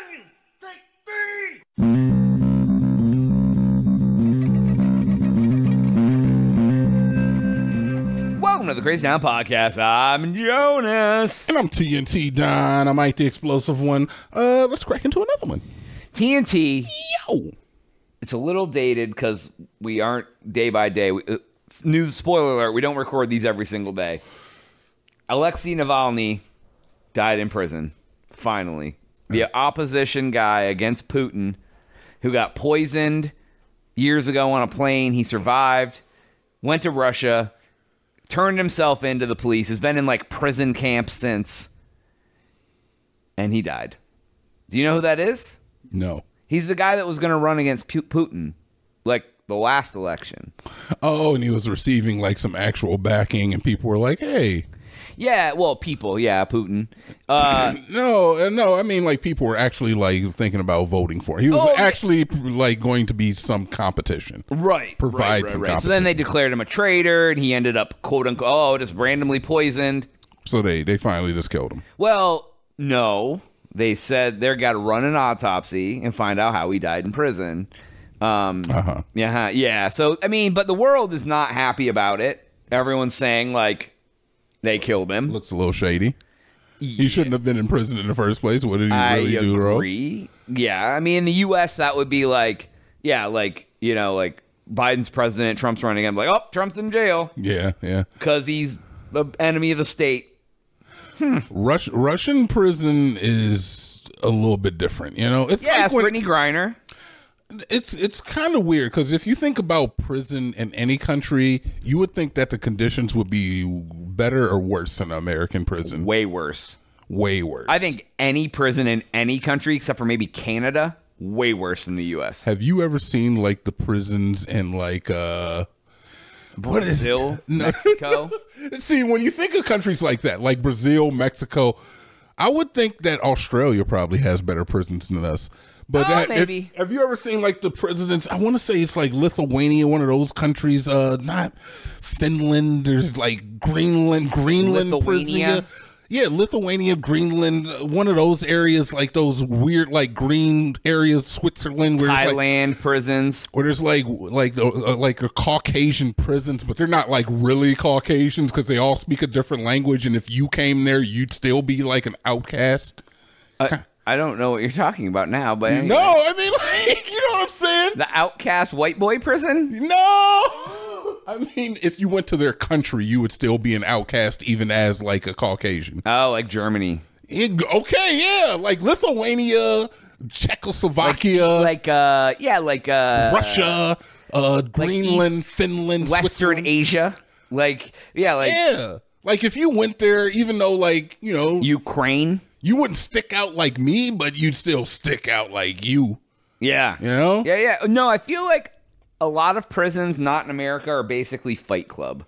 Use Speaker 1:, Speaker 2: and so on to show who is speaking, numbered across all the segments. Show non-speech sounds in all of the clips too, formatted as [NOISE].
Speaker 1: take three!
Speaker 2: Welcome to the Crazy Town Podcast. I'm Jonas.
Speaker 3: And I'm TNT Don. I am Ike the explosive one. Uh, let's crack into another one.
Speaker 2: TNT,
Speaker 3: Yo,
Speaker 2: it's a little dated because we aren't day by day. We, uh, news spoiler alert, we don't record these every single day. Alexei Navalny died in prison, finally. The opposition guy against Putin who got poisoned years ago on a plane. He survived, went to Russia, turned himself into the police, has been in like prison camps since, and he died. Do you know who that is?
Speaker 3: no.
Speaker 2: He's the guy that was going to run against Pu- Putin, like the last election.
Speaker 3: Oh, and he was receiving like some actual backing, and people were like, "Hey,
Speaker 2: Yeah, well, people, yeah, Putin. Uh,
Speaker 3: no, uh, no." I mean, like people were actually like thinking about voting for. Him. He was
Speaker 2: Oh, okay.
Speaker 3: actually like going to be some competition.
Speaker 2: [COUGHS] right.
Speaker 3: Provide some
Speaker 2: So
Speaker 3: competition.
Speaker 2: then they declared him a traitor, and he ended up quote unquote, oh, just randomly poisoned.
Speaker 3: So they they finally just killed him.
Speaker 2: Well, no, they said they're got to run an autopsy and find out how he died in prison. Um,
Speaker 3: Uh huh.
Speaker 2: Yeah, huh, yeah. So I mean, but the world is not happy about it. Everyone's saying like they killed him.
Speaker 3: Looks a little shady. He shouldn't have been in prison in the first place. What did he
Speaker 2: I
Speaker 3: really do wrong?
Speaker 2: agree. Yeah, I mean, in the U.S., that would be like, yeah, like you know, like Biden's president, Trump's running. I'm like, oh, Trump's in jail
Speaker 3: Yeah, yeah.
Speaker 2: because he's the enemy of the state.
Speaker 3: Rush, Russian prison is a little bit different. You know, it's
Speaker 2: Yeah,
Speaker 3: like
Speaker 2: it's
Speaker 3: when-
Speaker 2: Brittany Griner.
Speaker 3: it's it's kind of weird because if you think about prison in any country, you would think that the conditions would be better or worse than an American prison.
Speaker 2: Way
Speaker 3: Way,
Speaker 2: worse.
Speaker 3: worse.
Speaker 2: I think any prison in any country except for maybe Canada, way worse than the U.S.
Speaker 3: Have you ever seen like the prisons in like uh? What is [LAUGHS]
Speaker 2: Brazil, Mexico.
Speaker 3: See, when you think of countries like that, like Brazil, Mexico, I would think that Australia probably has better prisons than us. But
Speaker 2: Oh,
Speaker 3: that, if-
Speaker 2: maybe.
Speaker 3: have you ever seen like the presidents? I want to say it's like Lithuania, one of those countries. Uh, not Finland. There's like Greenland, Greenland,
Speaker 2: Lithuania?
Speaker 3: Prison. Yeah, Lithuania, Greenland, uh, one of those areas, like those weird, like green areas, Switzerland, where it's like,
Speaker 2: Thailand prisons.
Speaker 3: or there's like like the- uh, like a Caucasian prisons, but they're not like really Caucasians because they all speak a different language. And if you came there, you'd still be like an outcast.
Speaker 2: I, I don't know what you're talking about now, but anyway.
Speaker 3: No, I mean [LAUGHS] like you know what I'm saying.
Speaker 2: the outcast white boy prison.
Speaker 3: No, I mean if you went to their country, you would still be an outcast, even as like a Caucasian.
Speaker 2: Oh, like Germany.
Speaker 3: It- okay, yeah, like Lithuania, Czechoslovakia,
Speaker 2: like uh yeah like uh
Speaker 3: Russia, uh, Greenland, Finland,
Speaker 2: western
Speaker 3: Switzerland.
Speaker 2: asia like yeah like
Speaker 3: Yeah. Like if you went there, even though like, you know, you,
Speaker 2: ukraine
Speaker 3: wouldn't stick out like me, but you'd still stick out like you.
Speaker 2: yeah
Speaker 3: You know?
Speaker 2: yeah yeah no i feel like a lot of prisons not in america are basically fight club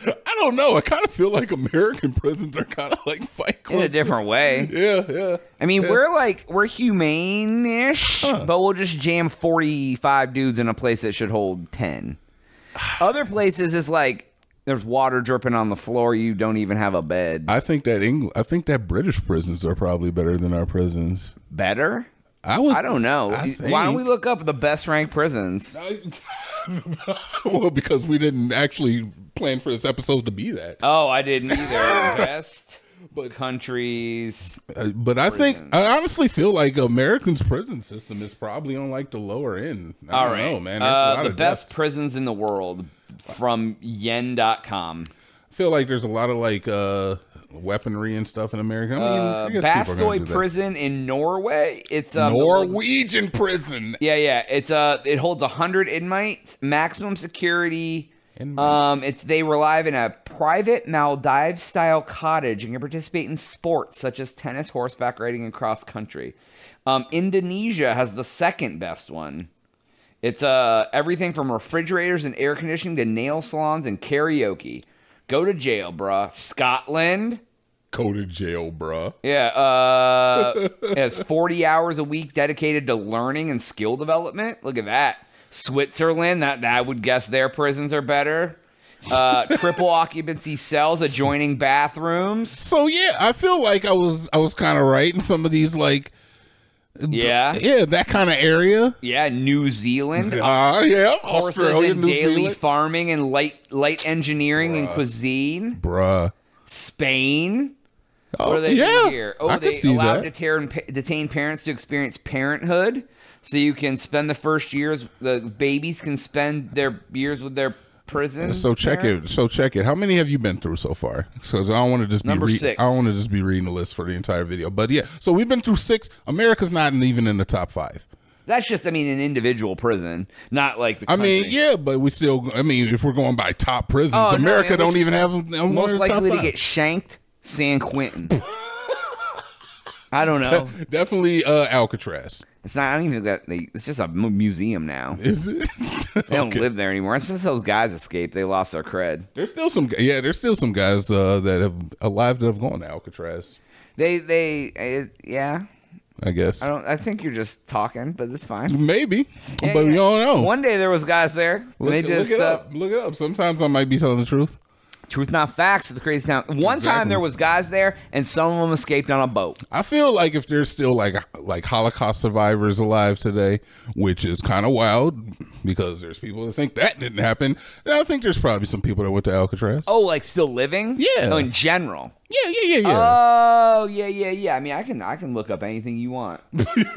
Speaker 3: I don't know. I kind of feel like American [LAUGHS] prisons are kind of like fight
Speaker 2: in
Speaker 3: clubs.
Speaker 2: a different way
Speaker 3: yeah, yeah.
Speaker 2: i mean we're like we're humane-ish but we'll just jam 45 dudes in a place that should hold 10 [SIGHS] other places is like there's water dripping on the floor you don't even have a bed
Speaker 3: I think that Engl- I think that British prisons are probably better than our prisons.
Speaker 2: better
Speaker 3: I would
Speaker 2: i don't know
Speaker 3: I
Speaker 2: why don't
Speaker 3: think-
Speaker 2: we look up the best ranked prisons
Speaker 3: [LAUGHS] well, because we didn't actually plan for this episode to be that.
Speaker 2: Oh, I didn't
Speaker 3: [LAUGHS]
Speaker 2: either. Best
Speaker 3: But-
Speaker 2: countries.
Speaker 3: Uh, but I think I honestly feel like Americans' prison system is probably on like the lower end. I
Speaker 2: All
Speaker 3: don't
Speaker 2: right.
Speaker 3: know, man. There's a
Speaker 2: Uh,
Speaker 3: lot
Speaker 2: the
Speaker 3: of
Speaker 2: best
Speaker 3: deaths.
Speaker 2: prisons in the world from yen.com.
Speaker 3: I feel like there's a lot of like uh weaponry and stuff in America. I mean,
Speaker 2: Uh,
Speaker 3: I guess people are gonna do
Speaker 2: Bastoy
Speaker 3: that.
Speaker 2: prison in Norway. It's um, the-
Speaker 3: Norwegian prison. [LAUGHS]
Speaker 2: yeah, yeah. It's uh it holds 100 inmates, maximum security.
Speaker 3: Inmates.
Speaker 2: Um it's they were live in a private Maldives style cottage and can participate in sports such as tennis, horseback riding and cross country. Um Indonesia has the second best one. It's uh everything from refrigerators and air conditioning to nail salons and karaoke. Go to jail, bruh. Scotland.
Speaker 3: Go to jail, bruh.
Speaker 2: Yeah,
Speaker 3: [LAUGHS]
Speaker 2: uh, it has 40 hours a week dedicated to learning and skill development. Look at that. Switzerland, that, that I would guess their prisons are better.
Speaker 3: [LAUGHS]
Speaker 2: Uh, triple occupancy cells adjoining bathrooms.
Speaker 3: So yeah, I feel like I was I was kind of right in some of these like
Speaker 2: Yeah.
Speaker 3: yeah that kind of area.
Speaker 2: Yeah. New Zealand.
Speaker 3: Uh, yeah,
Speaker 2: Horses
Speaker 3: Australia,
Speaker 2: and
Speaker 3: New
Speaker 2: daily
Speaker 3: Zealand,
Speaker 2: farming and light light engineering and cuisine.
Speaker 3: bruh.
Speaker 2: Spain.
Speaker 3: Oh,
Speaker 2: What are they
Speaker 3: yeah,
Speaker 2: doing here? Oh,
Speaker 3: I
Speaker 2: they
Speaker 3: can see
Speaker 2: allowed
Speaker 3: that.
Speaker 2: Detain, detain parents to experience parenthood, so you can spend the first years. The babies can spend their years with their prison.
Speaker 3: So check it. So check it. How many have you been through so far? Because I don't want to just be
Speaker 2: Number
Speaker 3: re-
Speaker 2: six.
Speaker 3: I don't want to just be reading the list for the entire video. But yeah, so we've been through six. America's not even in the top five.
Speaker 2: That's just, I mean, an individual prison, not like the.
Speaker 3: I mean,
Speaker 2: country.
Speaker 3: yeah, but we still. I mean, if we're going by top prisons,
Speaker 2: Oh, no,
Speaker 3: America
Speaker 2: man,
Speaker 3: don't
Speaker 2: which-
Speaker 3: even have them in one of
Speaker 2: most
Speaker 3: the top
Speaker 2: likely to
Speaker 3: five.
Speaker 2: get shanked, San
Speaker 3: [LAUGHS]
Speaker 2: Quentin. I don't know.
Speaker 3: Definitely uh, Alcatraz.
Speaker 2: It's not. I don't even think that. They, it's just a mu- museum now. They
Speaker 3: Is it? [LAUGHS]
Speaker 2: don't
Speaker 3: Okay.
Speaker 2: live there anymore. Since those guys escaped, they lost their cred.
Speaker 3: There's still some. Yeah, there's still some guys uh, that have alive that have gone to Alcatraz.
Speaker 2: They, they, uh, yeah.
Speaker 3: I guess
Speaker 2: I don't. I think you're just talking, but it's fine.
Speaker 3: maybe,
Speaker 2: Yeah,
Speaker 3: but
Speaker 2: yeah.
Speaker 3: we don't know.
Speaker 2: One day there was guys there. and
Speaker 3: look,
Speaker 2: they
Speaker 3: look
Speaker 2: just
Speaker 3: it
Speaker 2: uh,
Speaker 3: up. Look it up. Sometimes I might be telling the truth.
Speaker 2: truth not facts at the crazy town. One time
Speaker 3: Exactly.
Speaker 2: there was guys there, and some of them escaped on a boat.
Speaker 3: I feel like if there's still like like Holocaust survivors alive today, which is kind of wild because there's people that think that didn't happen. and I think there's probably some people that went to Alcatraz.
Speaker 2: Oh, like still living?
Speaker 3: Yeah.
Speaker 2: Oh, in general.
Speaker 3: Yeah, yeah, yeah, yeah.
Speaker 2: Oh, yeah, yeah, yeah. I mean, I can I can look up anything you
Speaker 3: [LAUGHS]
Speaker 2: want.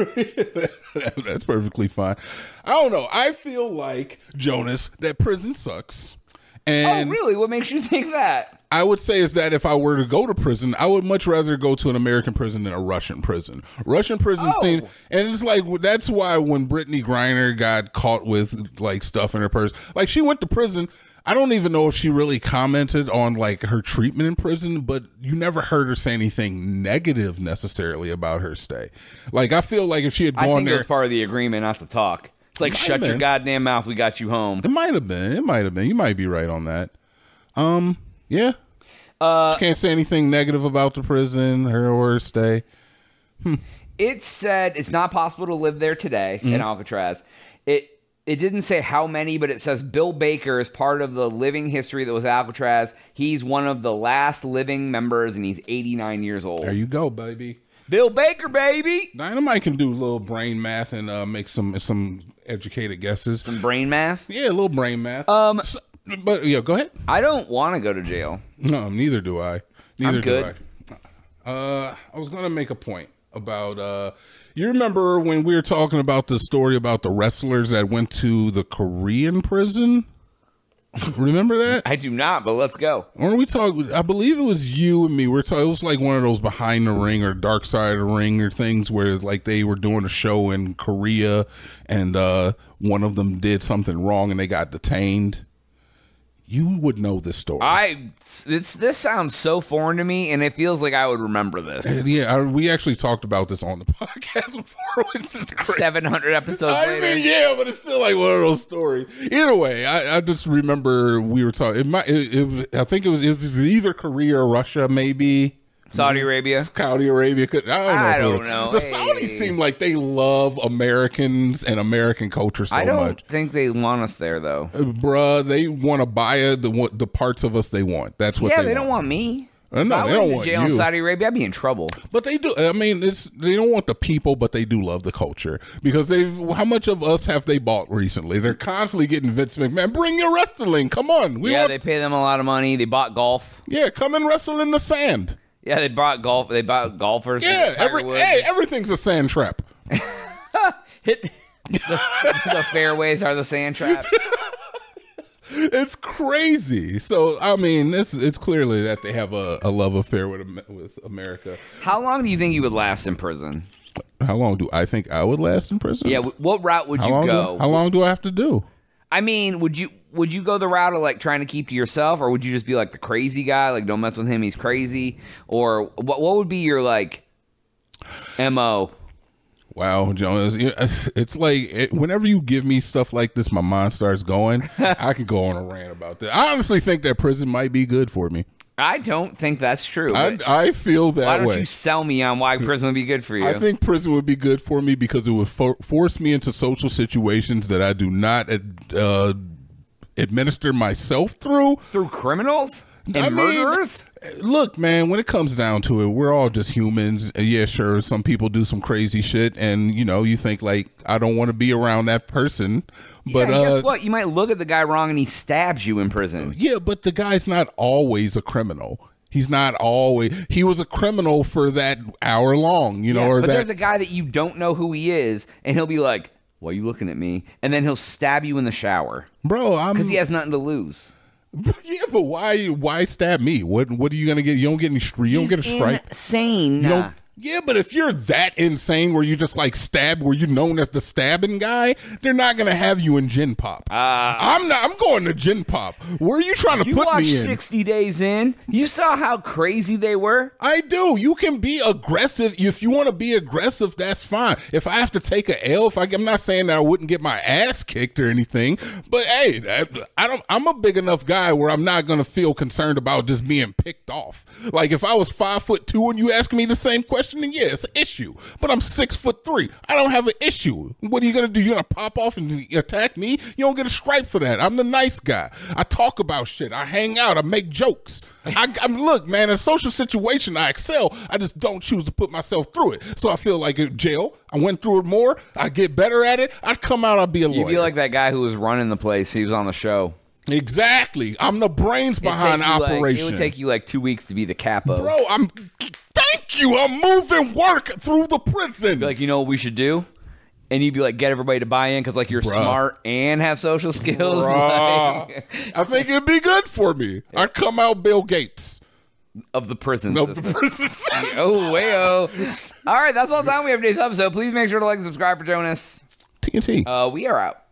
Speaker 3: [LAUGHS] That's perfectly fine. I don't know. I feel like Jonas that prison sucks.
Speaker 2: oh,
Speaker 3: And
Speaker 2: really? What makes you think that?
Speaker 3: I would say is that if I were to go to prison, I would much rather go to an American prison than a Russian prison. Russian prison
Speaker 2: Oh.
Speaker 3: scene, and it's like that's why when Brittany Griner got caught with like stuff in her purse, like she went to prison. I don't even know if she really commented on like her treatment in prison, but you never heard her say anything negative necessarily about her stay. Like I feel like if she had
Speaker 2: I
Speaker 3: gone
Speaker 2: think
Speaker 3: there,
Speaker 2: that's part of the agreement not to talk. It's like shut your
Speaker 3: been.
Speaker 2: goddamn mouth. We got you home.
Speaker 3: it might have been, it might have been. You might be right on that. Um, yeah. Uh, can't say anything negative about the prison, her or her stay.
Speaker 2: It said it's not possible to live there today in Alcatraz. It it didn't say how many, but it says Bill Baker is part of the living history that was Alcatraz. He's one of the last living members, and he's 89 years old.
Speaker 3: There you go, baby.
Speaker 2: Bill Baker, baby.
Speaker 3: Dynamite can do a little brain math and uh, make some some educated guesses.
Speaker 2: Some brain math.
Speaker 3: Yeah, a little brain math. Um, but yeah, go ahead.
Speaker 2: I don't want to go to jail.
Speaker 3: No, neither do I. Neither
Speaker 2: good.
Speaker 3: do I. Uh, I was gonna make a point about uh, you remember when we were talking about the story about the wrestlers that went to the Korean prison? remember that?
Speaker 2: I do not, but let's go.
Speaker 3: Or we talk? I believe it was you and me. We're talking. It was like one of those behind the ring or dark side of the ring or things where like they were doing a show in Korea, and uh, one of them did something wrong and they got detained. You would know this story.
Speaker 2: I this this sounds so foreign to me, and it feels like I would remember this.
Speaker 3: And yeah, I, we actually talked about this on the [LAUGHS] podcast before, which is crazy.
Speaker 2: [LAUGHS] Seven hundred episodes
Speaker 3: I
Speaker 2: later.
Speaker 3: mean, yeah, but it's still like one of those stories. Either way, I, I just remember we were talking. It might, it, it, I think it was, it was either Korea or Russia, maybe.
Speaker 2: Saudi Arabia.
Speaker 3: Saudi Arabia could. I
Speaker 2: I
Speaker 3: don't know. if
Speaker 2: don't
Speaker 3: it was-
Speaker 2: know.
Speaker 3: The
Speaker 2: Hey.
Speaker 3: Saudis seem like they love Americans and American culture so
Speaker 2: I don't
Speaker 3: much.
Speaker 2: think they want us there though.
Speaker 3: Uh, Bruh, they want to buy uh, the what the parts of us they want. That's what
Speaker 2: yeah,
Speaker 3: they,
Speaker 2: they, don't want me.
Speaker 3: Uh, no,
Speaker 2: if I
Speaker 3: they
Speaker 2: went
Speaker 3: don't
Speaker 2: to
Speaker 3: want
Speaker 2: jail in
Speaker 3: you.
Speaker 2: Saudi Arabia, I'd be in trouble.
Speaker 3: But they do. I mean, it's they don't want the people, but they do love the culture because they've. How much of us have they bought recently? They're constantly getting Vince McMahon. Bring your wrestling. Come on, we
Speaker 2: yeah,
Speaker 3: want.
Speaker 2: they pay them a lot of money. They bought golf.
Speaker 3: yeah, come and wrestle in the sand.
Speaker 2: Yeah, they bought golf. They bought golfers.
Speaker 3: Yeah,
Speaker 2: Tiger
Speaker 3: every,
Speaker 2: Woods.
Speaker 3: hey, everything's a sand trap.
Speaker 2: hit the, [LAUGHS] the fairways are the sand
Speaker 3: [LAUGHS]
Speaker 2: trap.
Speaker 3: it's crazy. So I mean, it's it's clearly that they have a, a love affair with Am- with America.
Speaker 2: How long do you think you would last in prison?
Speaker 3: How long do I think I would last in prison?
Speaker 2: Yeah, wh- what route would
Speaker 3: How
Speaker 2: you
Speaker 3: long?
Speaker 2: go?
Speaker 3: Do, how long do I have to do?
Speaker 2: I mean, would you would you go the route of like trying to keep to yourself, or would you just be like the crazy guy, like don't mess with him, he's crazy, or what? What would be your like mo?
Speaker 3: Wow, Jonas, you- [LAUGHS] it's like it, whenever you give me stuff like this, my mind starts
Speaker 2: [LAUGHS]
Speaker 3: going. I can go on a rant about that. I honestly think that prison might be good for me.
Speaker 2: I don't think that's true.
Speaker 3: I,
Speaker 2: but
Speaker 3: I feel that
Speaker 2: why don't
Speaker 3: way.
Speaker 2: you sell me on why prison would be good for you?
Speaker 3: I think prison would be good for me because it would for- force me into social situations that I do not uh, administer myself through.
Speaker 2: Through criminals and
Speaker 3: I mean-
Speaker 2: murderers?
Speaker 3: Look, man, when it comes down to it, we're all just humans. Uh, Yeah, sure, some people do some crazy shit, and you know, you think like I don't want to be around that person,
Speaker 2: yeah,
Speaker 3: but
Speaker 2: and
Speaker 3: uh,
Speaker 2: guess what? You might look at the guy wrong and he stabs you in prison.
Speaker 3: Yeah, but the guy's not always a criminal. He's not always. He was a criminal for that hour long, you know,
Speaker 2: Yeah,
Speaker 3: or
Speaker 2: but
Speaker 3: that.
Speaker 2: there's a guy that you don't know who he is, and he'll be like, "Why are you looking at me?" And then he'll stab you in the shower
Speaker 3: bro, I'm.
Speaker 2: because he has nothing to lose.
Speaker 3: yeah, [LAUGHS] but why? Why stab me? What? What are you gonna get? You don't get any. stri- You don't get a strike.
Speaker 2: Insane.
Speaker 3: You don't- yeah, but if you're that insane, where you just like stab, where you're known as the stabbing guy, they're not gonna have you in Gin Pop. I'm not. I'm going to Gin Pop. Where are you trying to
Speaker 2: You
Speaker 3: put
Speaker 2: watched
Speaker 3: me in?
Speaker 2: 60 Days In. You saw how crazy they were.
Speaker 3: I do. You can be aggressive. If you want to be aggressive, that's fine. If I have to take a L, if I, I'm not saying that I wouldn't get my ass kicked or anything, but hey, that, I don't. I'm a big enough guy where I'm not gonna feel concerned about just being picked off. Like if I was five foot two and you ask me the same question, then yeah, it's an issue. But I'm six foot three. I don't have an issue. What are you gonna do? You're gonna pop off and attack me? You don't get a stripe for that. I'm the nice guy. I talk about shit. I hang out. I make jokes. I, I'm look, man. In a social situation, I excel. I just don't choose to put myself through it. So I feel like in jail. I went through it more. I get better at it. I come out. I'll be a lawyer.
Speaker 2: You'd be like that guy who was running the place. He was on the show.
Speaker 3: exactly. I'm the brains
Speaker 2: It'd
Speaker 3: behind
Speaker 2: take you, like-
Speaker 3: operation.
Speaker 2: it would take you like two weeks to be the capo.
Speaker 3: Bro, I'm. Thank you. I'm moving work through the prison.
Speaker 2: Be like, you know what we should do? And you'd be like, get everybody to buy in because like you're smart and have social skills. [LAUGHS]
Speaker 3: Bruh.
Speaker 2: like,
Speaker 3: I think it'd be good for me. I come out Bill Gates.
Speaker 2: of the prison
Speaker 3: No,
Speaker 2: system. [LAUGHS] oh, wayo. All right, that's all the time we have for today's episode. Please make sure to like and subscribe for Jonas.
Speaker 3: TNT.
Speaker 2: Uh, we are out.